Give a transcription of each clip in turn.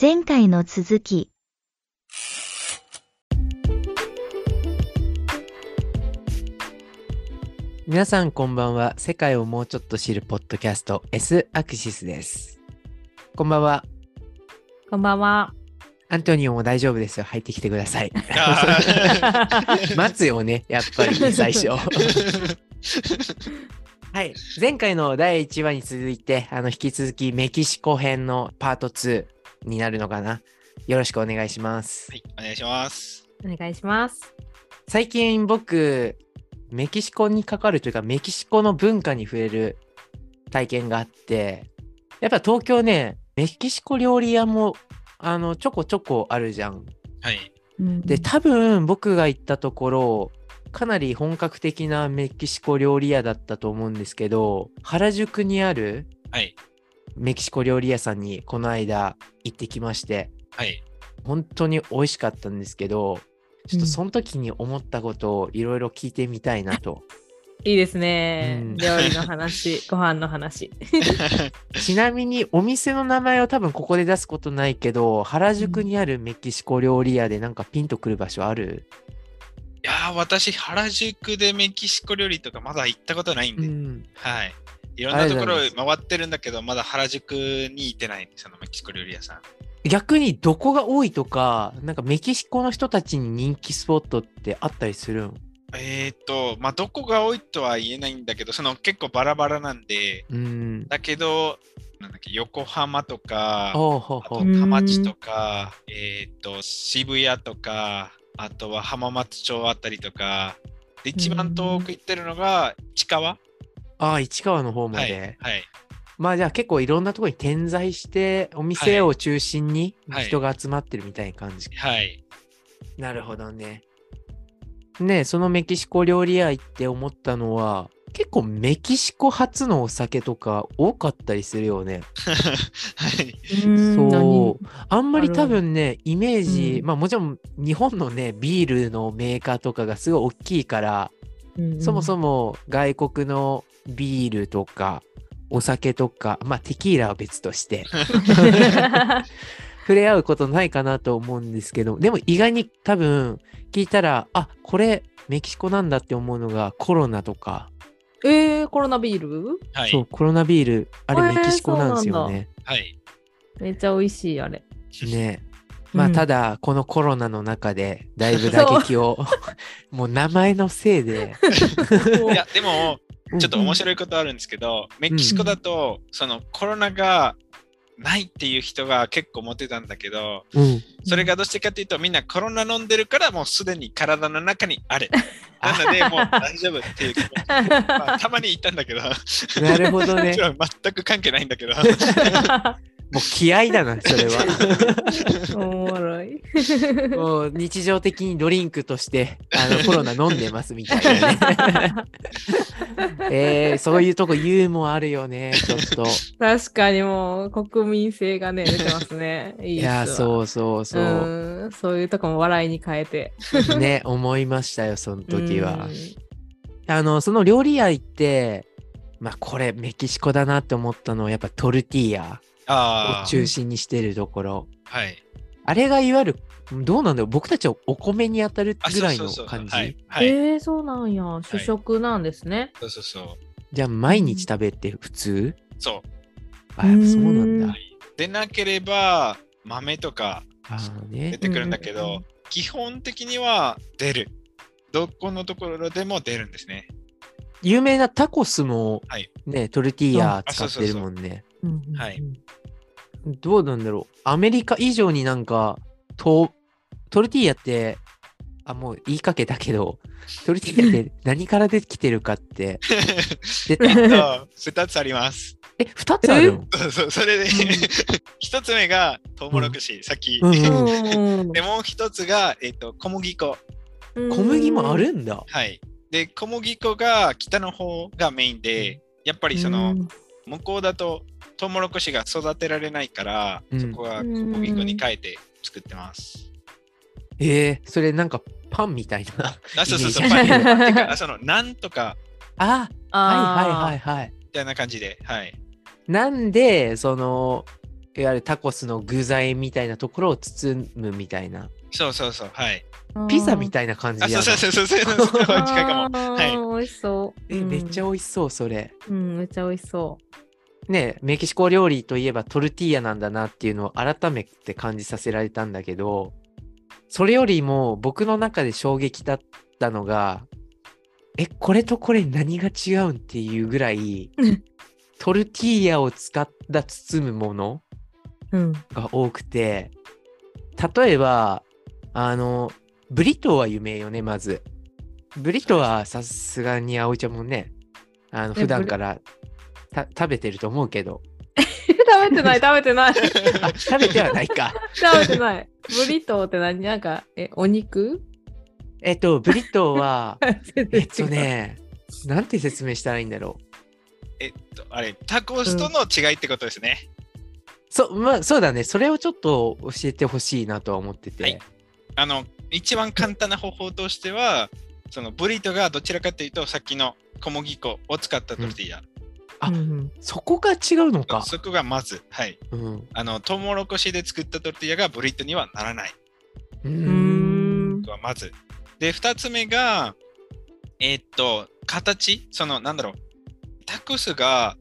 前回の続き。皆さんこんばんは。世界をもうちょっと知るポッドキャスト S アクシスです。こんばんは。こんばんは。アントニオも大丈夫ですよ。入ってきてください。あ 待つよね、やっぱり最初。ーはい。前回の第1話に続いて、あの、引き続きメキシコ編のパート2になるのかな。よろしくお願いしますは。い、お願いします。お願いします。最近僕、メキシコにかかるというか、メキシコの文化に触れる体験があって、やっぱ東京ね、メキシコ料理屋も、あの、ちょこちょこあるじゃん。はい。で、多分僕が行ったところ、かなり本格的なメキシコ料理屋だったと思うんですけど、原宿にあるはい。メキシコ料理屋さんにこの間行ってきまして、はい。本当に美味しかったんですけど、ちょっとその時に思ったことをいろいろ聞いてみたいなと。 いいですね。うん料理の 話、ご飯の話。ちなみにお店の名前を多分ここで出すことないけど、原宿にあるメキシコ料理屋でなんかピンとくる場所ある、いやー、私、原宿でメキシコ料理とかまだ行ったことないんで、ん、はい。いろんなところありがとうござい回ってるんだけど、まだ原宿に行ってないんです、そのメキシコ料理屋さん。逆にどこが多いとか、なんかメキシコの人たちに人気スポットってあったりするんえっ、ー、と、まあ、どこが多いとは言えないんだけど、その結構バラバラなんで、うん。だけど、なんだっけ、横浜とか、おうほうあとほ田う。町とか、えっ、と、渋谷とか、あとは浜松町あたりとか、で一番遠く行ってるのが近場ああ、市川の方まはい、で。はい。まあじゃあ結構いろんなところに点在して、お店を中心にはい人が集まってるみたいな感じ。はい。なるほどね。ねえそのメキシコ料理屋行って思ったのは、結構メキシコ発のお酒とか多かったりするよね。はい。そう。あんまり多分ね、イメージ、うんまあもちろん日本のね、ビールのメーカーとかがすごい大きいから、そもそ も。も外国のビールとか、お酒とか、まあテキーラは別として、触れ合うことないかなと思うんですけど、でも意外に多分聞いたら、あ、これメキシコなんだって思うのがコロナとか、えー、コロナビールはい。そう、コロナビール、あへれーメキシコなんですよね。はい。めっちゃ美味しい、あれ。ねまあうんただ、このコロナの中で、だいぶ打撃を、 もう名前のせいで、いや、でも、ちょっと面白いことあるんですけど、メキシコだと、そのコロナがないっていう人が結構モテたんだけど、うん、それがどうしてかっていうと、みんなコロナ飲んでるから、もうすでに体の中にあれ。なので、もう大丈夫っていう気持ち。まあたまに行ったんだけど、なるほどねもち。ろん全く関係ないん だけど、もう気合だな、それ は。おもろい。もう日常的にドリンクとして、あのコロナ飲んでますみたいなね。 えー、そういうとこユーモアあるよね、ちょっ と。確かにもう国民性がね、出てますね。いいいっすわやー、そうそうそう。うんそういうとこも笑いに変えて。ね、思いましたよ、その時うはん。。あの、その料理屋行って、まあこれメキシコだなって思ったのはやっぱトルティーヤあをー中心にしてるところ。はい。あれがいわゆる、どうなんだろう僕たちはお米に当たるあぐらいそうのそうそう感はじい。。はい、えー、そうなんや。主食なんですね。そうそうそう。じゃあ毎日食べて普通そう。あ、やっぱそうなんうだん。でなければ豆とかああ出ね。てくるんだけうど、ん基本的には出る。どこのところでも出るんです ね。有名なタコスもはい、ね、トルティーヤあ使そうっそうてそうるもんね。はいどうなんだろうアメリカ以上になんか、とトルティーヤって、あ、もう言いかけたけ ど、トルティーヤって何からできてるかって、出た そう2つあります。え、二つあるのそうそうそれで、1つ目がトウモロコシ、さっき。うんうんうんで、もう1つが、えっと小麦粉。小麦もあるんだ。はい。で、小麦粉が北の方がメインで、やっぱりその、向こうだとトウモロコシが育てられないから、うんそこは小麦粉に変えて作ってます。えー、それなんかパンみたい な。あ、そうそうそイう、メパーンジにてか、あその、なんとかあ、はいはいはいい。はい。みたいな感じで、はい。なんで、その、いわゆるタコスの具材みたいなところを包むみたいなそうそうそう、はい。ピザみたいな感じあ、やそうなそうそうそう、そうそうそうあー近いかも。はい。美味しそう。えめっち美味ゃ美味しそうそれしうん、めっちゃ美味しそねメキシコ料理といえばトルティーヤなんだなっていうのを改めて感じさせられたんだけどそれよりも僕の中で衝撃だったのがえこれとこれ何が違うんっていうぐらいうんトルティーヤを使った包むものう。うん。が多くて例えばあのブリトーは有名よねまずブリトーはさすがに葵ちゃんもねあのえ普段からた食べてると思うけど食べてない、食べてない。 食あ食べてはないか べてない。ブリトーって何なんか、え、お肉えっとブリトーは全 え然違うっとねなんて説明したらいいんだろうえっと、 あれ、タコスとの違いってことですね。そ,、まあ、そうだねそれをちょっと教えてほしいなとは思ってて、はいあの、一番簡単な方法としては、そのブリトがどちらかというと、さっきの小麦粉を使ったトルティーヤ。あうんうんそこが違うのか、そこがまず、はい。うん、あの、トウモロコシで作ったトルティーヤがブリトにはならない。うーうんん。はまず。で、2つ目が、えーっと、形、その、なんだろう、タコスが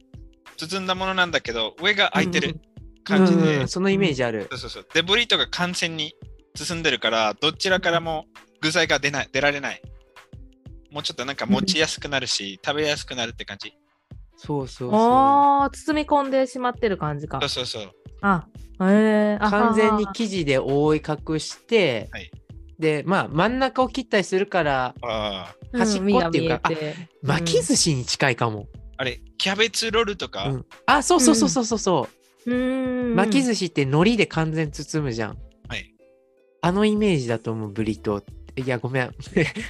包んだものなんだけど、上が開いてる感じで、うんそのイメージあるそうそうそう。で、ブリートが完全に包んでるから、どちらからも具材が出ない出られない。もうちょっとなんか持ちやすくなるし、食べやすくなるって感じ。そうそうそうあー包み込んでしまってる感じかそう。そうそう。あ、えー、あ完全には生地で覆い隠して、はいでまあ真ん中を切ったりするからああ。は端っこっていうん身がか見えて巻き寿司に近いかも、あれ、キャベツロールとか、うんあそうそうそうそうそうそうーうん巻き寿司って海苔で完全包むじゃんはいあのイメージだと思うブリトーっていやごめん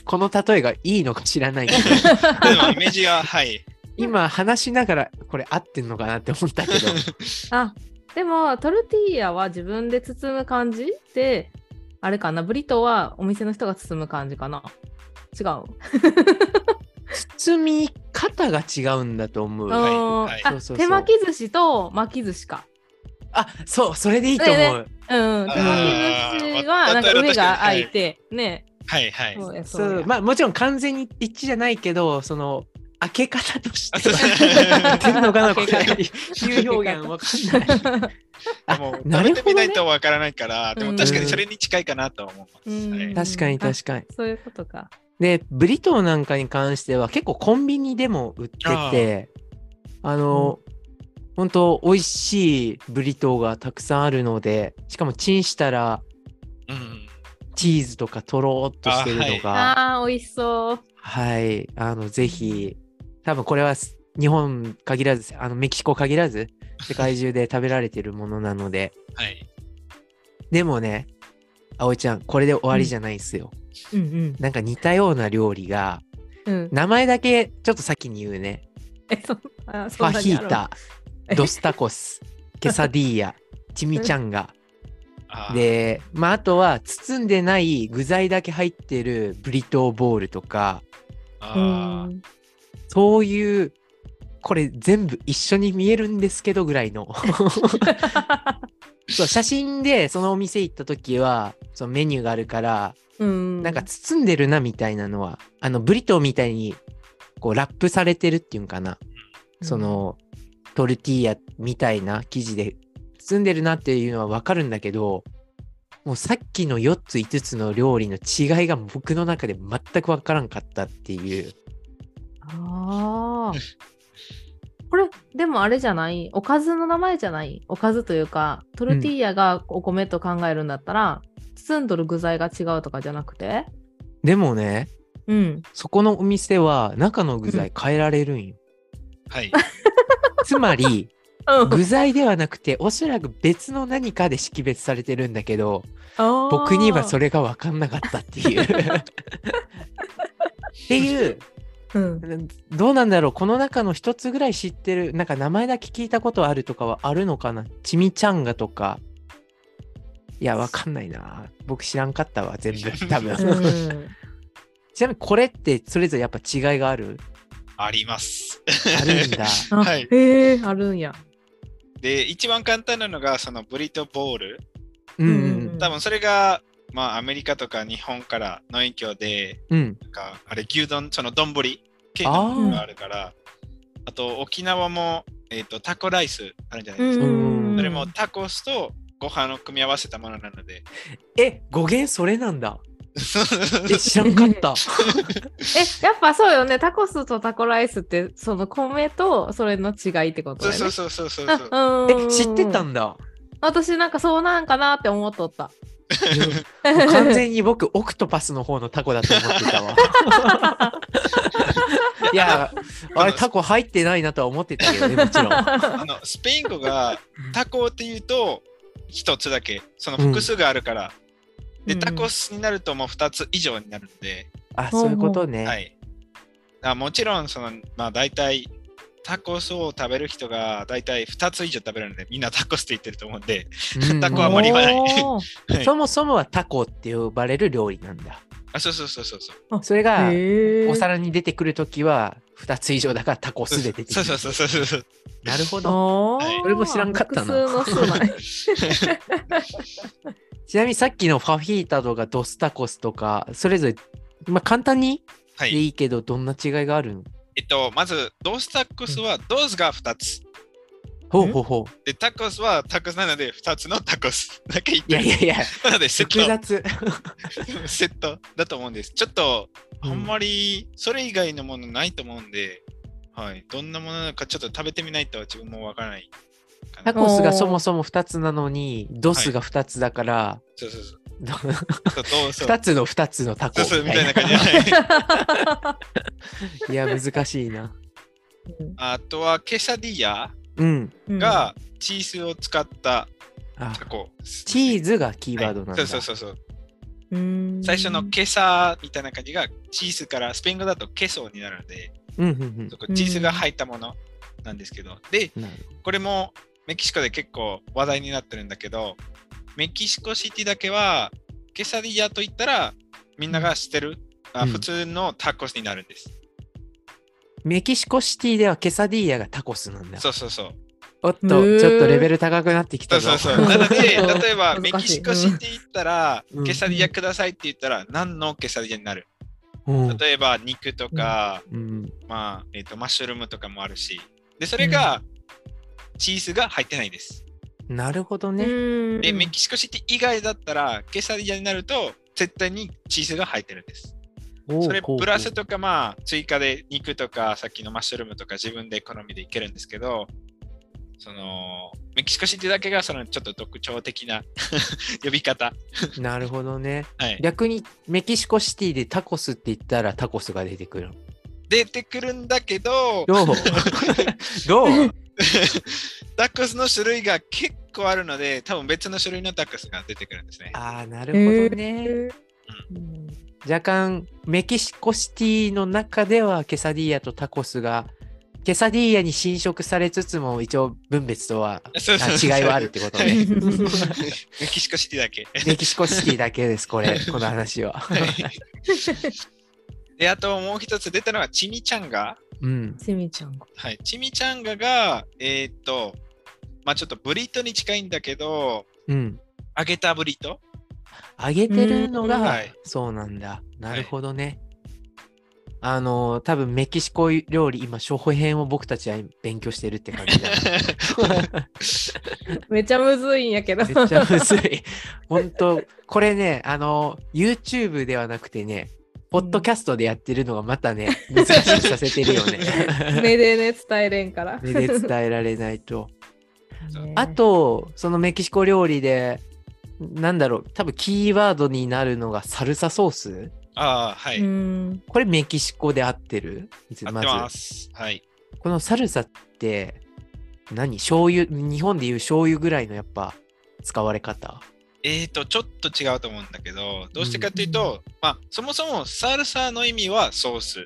この例えがいいのか知らないけど でもイメージが、はい。 今話しながらこれ合ってんのかなって思った けどあでもトルティーヤは自分で包む感じであれかなブリトーはお店の人が包む感じかな違う、包み方が違うんだと思うあはいーはいあそうそうそう手巻き寿司と巻き寿司かあそうそれでいいと思う、ねうん手巻き寿司はあーなんか上が開いわてねはいはい。そうやそそううやまあもちろん完全に一致じゃないけどその開け方としあてそうは合ってんのかなこれ比喩表現わかんないあもうな食るべほどてみなねいとわからないから、でうもん確かにそれに近いかなとは思います。うんはい確かに確かに そういうことかでブリトーなんかに関しては結構コンビニでも売ってあてあの、本当美味しいブリトーがたくさんあるのでしかもチンしたらうんチーズとかとろーっとしてるのがあー美味しそうはい、あのぜひ多分これはす日本限らずあのメキシコ限らず世界中で食べられてるものなのではい。でもね葵ちゃんこれで終わりじゃないんすよ、うんなんか似たような料理がうんうん名前だけちょっと先に言うねえそんあそフんァなヒにあるータ、ドスタコス、ケサディ ーヤ、チミチャンガ。あーで、まあ、あとは包んでない具材だけ入ってるブリトーボールとか、あーうんそういう、これ全部一緒に見えるんですけどぐらいの。そう写真でそのお店行った時は、そのメニューがあるから、うんなんか包んでるなみたいなのは、あのブリトーみたいにこうラップされてるっていうんかな。そのトルティーヤみたいな生地で包んでるなっていうのはわかるんだけどもうさっきの4つ5つの料理の違いが僕の中で全くわからんかったっていうああ。 これ、でもあれじゃないおかずの名前じゃないおかずというか、トルティーヤがお米と考えるんだったら、包んどる具材が違うとかじゃなくてでもねうん。そこのお店は中の具材変えられるんよ、はい。つま りうん、具材ではなくておそらく別の何かで識別されてるんだけど僕にはそれ。れがわかんなかったって いうっていううん。どうなんだろうこの中の一つぐらい知ってるなんか名前だけ聞いたことあるとかはあるのかなチミチャンガとかいやわかんないな僕知らんかったわ全 部多う分んちなみにこれってそれぞれやっぱ違いがあるあります。 あるんだあはいへえ、あるんや。で、一番簡単なのが、そのブリトボール。うんうん多分それが、まあ、アメリカとか日本からの影響で、うんうんなんか、あれ、牛丼、その丼系あのーものがあるから、あと、沖縄も、えっ、と、タコライスあるじゃないですか。んそれもタコスとご飯を組み合わせたものなので。え語源それなんだえ知らんかったえ、やっぱそうよね。タコスとタコライスって、その米とそれの違いってことそうだよそうね。そうそうそうそう。あうーんえ知ってたんだ私なんかそうなんかなって思っとった。完全に僕オクトパスの方のタコだと思っ てたわいやあれタコ入ってないなとは思ってた けどねもち ろんあのスペイン語がタコっていうと一つだけその複数があるから、でタコスになるともう二つ以上になるんで、あそういうことね、はいあもちろんそのまあ大体タコスを食べる人が大体二つ以上食べるのでみんなタコスって言ってると思うんで、うんタコはあんまり言わないおーはいそもそもはタコって呼ばれる料理なんだあそうそうそうそうそうそれがへーお皿に出てくるときは2つ以上だからタコスで出てくそうるそうそうそうそうなるほどあはいーこれも知らんかったな複数の数ないちなみにさっきのファフィータとかドスタコスとかそれぞれまあ簡単にはでいいいけどどんな違いがあるの、えっとまずドースタコスはドースが二つほうほうほうでタコスはタコスなので二つのタコス だけ言っいてやるいやいやなのでセッ複ト雑 セットだと思うんです。ちょっと、うんあんまりそれ以外のものないと思うんで、はい、どんなものなのかちょっと食べてみないと自分もわからないかタな。コスがそもそも2つなのにドスが2つだから、 そうそうそう。どそうそうそう2つの2つのタコそうみたそうみたいいなな感じ。はいいや難しいなあとはケサディヤうんうんがチーズを使ったあタコ。チーズがキーワードなんだ、はいそうそうそうそう。うん最初のケサみたいな感じがチーズからスペイン語だとケソになるので、うんうんそこチーズが入ったものなんですけど。で、うんなるこれもメキシコで結構話題になってるんだけど、メキシコシティだけは、ケサディアと言ったら、みんなが知ってる、あうん普通のタコスになるんです。メキシコシティではケサディーヤがタコスなんだそうそうそう。おっと、へーちょっとレベル高くなってきそたうぞそうそう。 なので、例えばメ難キしいシコシティ行ったらうん、ケサディアくださいって言ったら、何のケサディアになるうん例えば肉とか、うんまあ、えっ、と、マッシュルームとかもあるし、で、それが、チーズが入ってないです。なるほどうね、んで、メキシコシティ以外だったら、ケサディアになると、絶対にチーズが入ってるんです。おうそれこうプラスことかまあ追加で肉とかさっきのマッシュルームとか自分で好みでいけるんですけどそのメキシコシティだけがそのちょっと特徴的な 呼び方うなるほどねはい逆にメキシコシティでタコスって言ったらタコスが出てく る出てくるんだけ どどうどうタコスの種類が結構あるので多分別の種類のタコスが出てくるんですねああなるほどね、うん若干メキシコシティの中ではケサディーヤとタコスがケサディーヤに侵食されつつも一応分別とはそうそうあそう違いはあるってことはねいうメキシコシティだけメキシコシティだけですこれこの話はであともう一つ出たのがチミチャンガうんセミちゃんが。はい、チミチャンガが、えーっと、まあちょっとブリトに近いんだけど、うん揚げたブリト上げてるのうんがはいそうなんだ、なるほどね、あの多分メキシコ料理今初歩編を僕たちは勉強してるって感じだめちゃむずいんやけど。めっちゃむずい。本当これね、あの、YouTube ではなくてね、ポッドキャストでやってるのがまたね、難しくさせてるよ ね。目でね伝えれんから。目で伝えられないと。そうあと、そのメキシコ料理で、なんだろう、多分キーワードになるのがサルサソースああ、はい。うんこれメキシコで合ってる合ってままず。す。はい。このサルサって、何醤油、日本でいう醤油ぐらいのやっぱ使われ方えーっと、ちょっと違うと思うんだけど、どうしてかっていうと、まあ、そもそもサルサの意味はソース。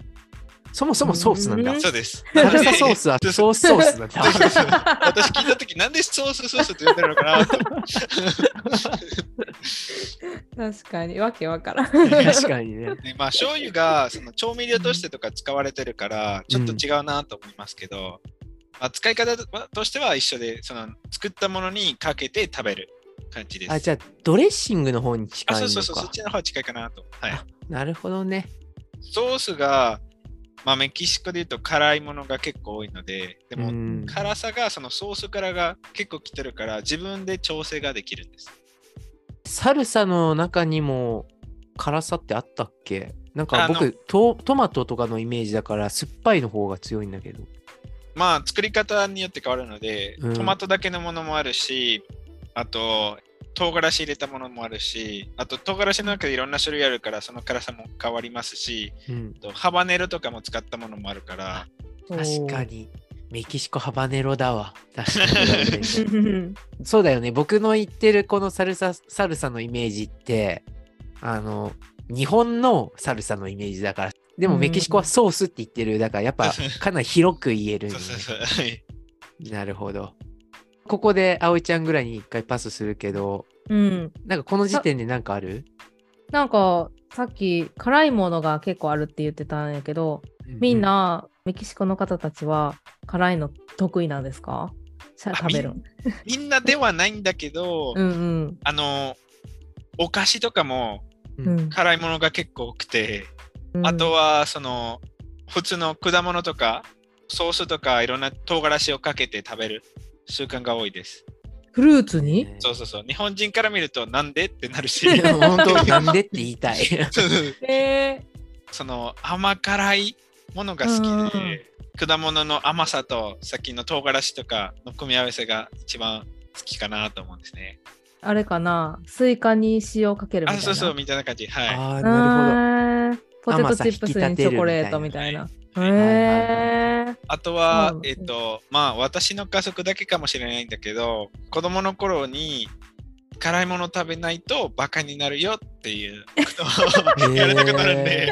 そもそもソース なんだうん。そうです。サルサソースはそうソースソースなんだ。 そうそうそう私聞いたとき、なんでソースソースって呼んでるのかなと。確かにわけわからん。 確かにね。でまあ、醤油がその調味料としてとか使われてるから、ちょっと違うなと思いますけど、まあ、使い方はとしては一緒で、その作ったものにかけて食べる感じです。あ、じゃあ、ドレッシングの方に近あいのそか。うそうそう、そっちの方が近いかなと。はい、あなるほどね。ソースが、まあ、メキシコでいうと辛いものが結構多いので、でうもん辛さがそのソースからが結構来てるから、自分で調整ができるんです。サルサの中にも辛さってあったっけなんかあの僕トトマトとかのイメージだから酸っぱいの方が強いんだけどまあ作り方によって変わるので、うんトマトだけのものもあるしあと唐辛子入れたものもあるしあと唐辛子の中でいろんな種類あるからその辛さも変わりますしうんあとハバネロとかも使ったものもあるから確かにメキシコハバネロだ わ確かおにー。そうだよね僕の言ってるこのサルササルサのイメージってあの日本のサルサのイメージだからでもメキシコはソースって言ってるだからやっぱかなり広く言えるんそだうねそうそう はいなるほどここで葵ちゃんぐらいに一回パスするけど うん。なんかこの時点でなんかあるなんか、さっき、辛いものが結構あるって言ってたんやけど、みんな、メキシコの方たちは、辛いの得意なんですかさあ食べる。みんなではないんだけど、うんうん。あのお菓子とかもううんん辛いものが結構多くて、うんあとはその普通の果物とかソースとかいろんな唐辛子をかけて食べる習慣が多いですフルーツにねそうそうそう。日本人から見るとなんでってなるし。いや本 当なんでって言いたいそうそうえその甘辛いものが好きうんで、果物の甘さとさっきの唐辛子とかの組み合わせが一番好きかなと思うんですね。あれかなスイカに塩かけるみたいあ、な。そうそう、みたいな感じ。はい。ああなるなるほポテ甘トさチップスにチョコレートみ引きた立いな。へはいはえ。あとはそう、えっ、と、まあ私の家族だけかもしれないんだけど、子供の頃に辛いもの食べないとバカになるよっていうことを言われたことあるんで、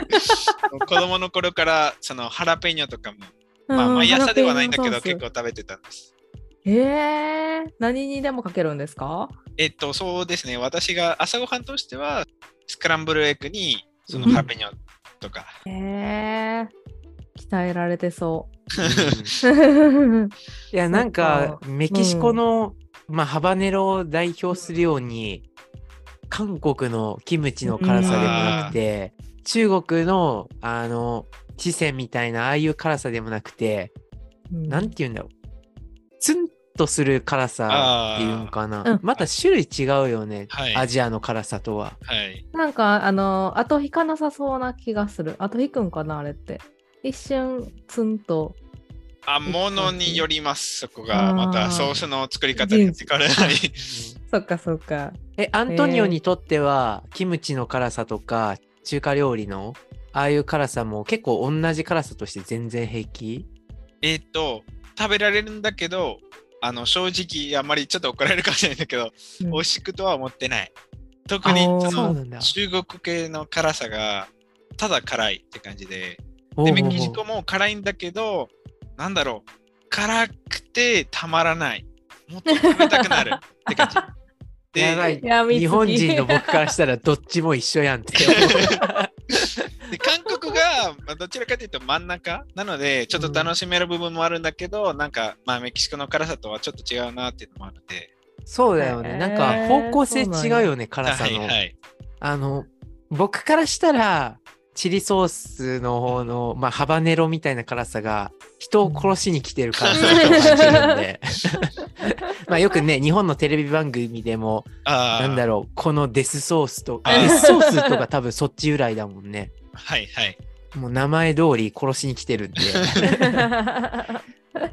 子供の頃からそのハラペーニョとかもまあ、うん毎朝ではないんだけど、ハラペー結ニョソ構食べてたんです。ースへえ。何にでもかけるんですかえっと、そうですね。私が朝ごはんとしては、スクランブルエッグに、そのうんハラペーニョとか、へえ。鍛えられてそ。ほど、うんいううんやなんそかっメキシコの、まあ、ハバネロを代表するように韓国のキムチの辛さでもなくて、中国のあの四川みたいなああいう辛さでもなくて、なんて言うんだろうツンとする辛さっていうのかな、あーうんまた種類違うよね、はいアジアの辛さとは。はい。なんかあの後引かなさそうな気がする。後引くんかなあれって。一瞬ツンと。あ、ものによります、そこが。まあた、ーソースの作り方によって変わる。はいそっかそっか。えアントニオにとっては、キムチの辛さとか中華料理のああいう辛さも結構同じ辛さとして全然平気 えっと、食べられるんだけど、あの、正直、あんまりちょっと怒られるかもしれないんだけど、うん美味しくとは思ってない。特に、あーそそうの、なんだ。中国系の辛さが、ただ辛いって感じで、おうおでうおうメキシコも辛いんだけど、なんだろう、辛くてたまらない。もっと食べた くなるって感じ。でやばいやみつき日本人の僕からしたらどっちも一緒やんって思 で韓国がまあどちらかというと真ん中なので、ちょっと楽しめる部分もあるんだけど、なんか、まあ、メキシコの辛さとはちょっと違うなっていうのもあるので、う。そうだよへね。ーなんか方向性違うよね、辛さはいの。はい。あの、僕からしたら、チリソースの方の、まあ、ハバネロみたいな辛さが、人を殺しに来てる辛さだと感じるん で。まあよくね、日本のテレビ番組でも、ああ、なんだろう、このデスソースと、あーデスソースとか多分そっち由来だもんね。はいはい。もう名前通り殺しに来てるん で。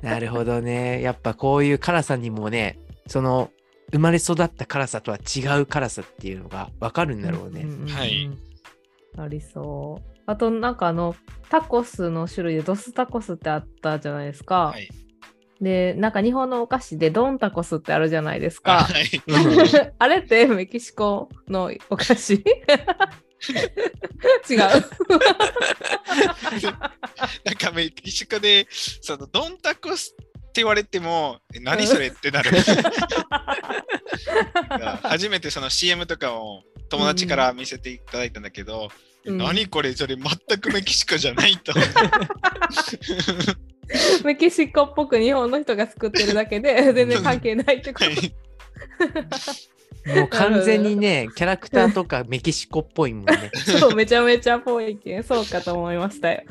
なるほどね。やっぱこういう辛さにもね、その生まれ育った辛さとは違う辛さっていうのがわかるんだろうね。んんんはい。ありそう。あとなんかあのタコスの種類でドスタコスってあったじゃないですか。はいでなんか日本のお菓子でドンタコスってあるじゃないですあか。はいうん あれってメキシコのお菓子 違う。なんかメキシコで、そのドンタコスって言われても、え何それってなる。初めてその CM とかを友達から見せていただいたんだけど、うん 何これそれ全くメキシコじゃないと。メキシコっぽく日本の人が作ってるだけで全然関係ないってこはと。いもう完全にね、キャラクターとかメキシコっぽいもんね。そうめちゃめちゃぽいけんそうかと思いましたよ。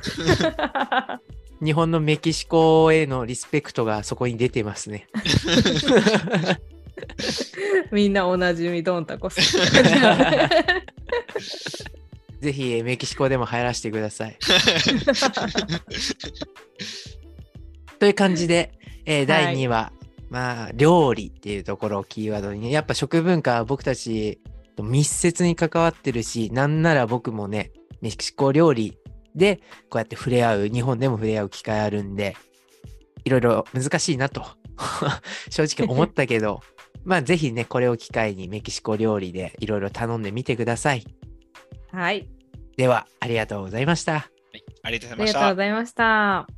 日本のメキシコへのリスペクトがそこに出てますね。みんなおなじみドンタコス。ぜひえーメキシコでも入らせてください。という感じで、えーい第2話、まあ料理っていうところをキーワードにねやっぱ食文化は僕たちと密接に関わってるしなんなら僕もねメキシコ料理でこうやって触れ合う日本でも触れ合う機会あるんでいろいろ難しいなと 正直思ったけどまあぜひねこれを機会にメキシコ料理でいろいろ頼んでみてください。はい、ではありがとうございました。ありがあとうございまりしがとうたご。ざいました。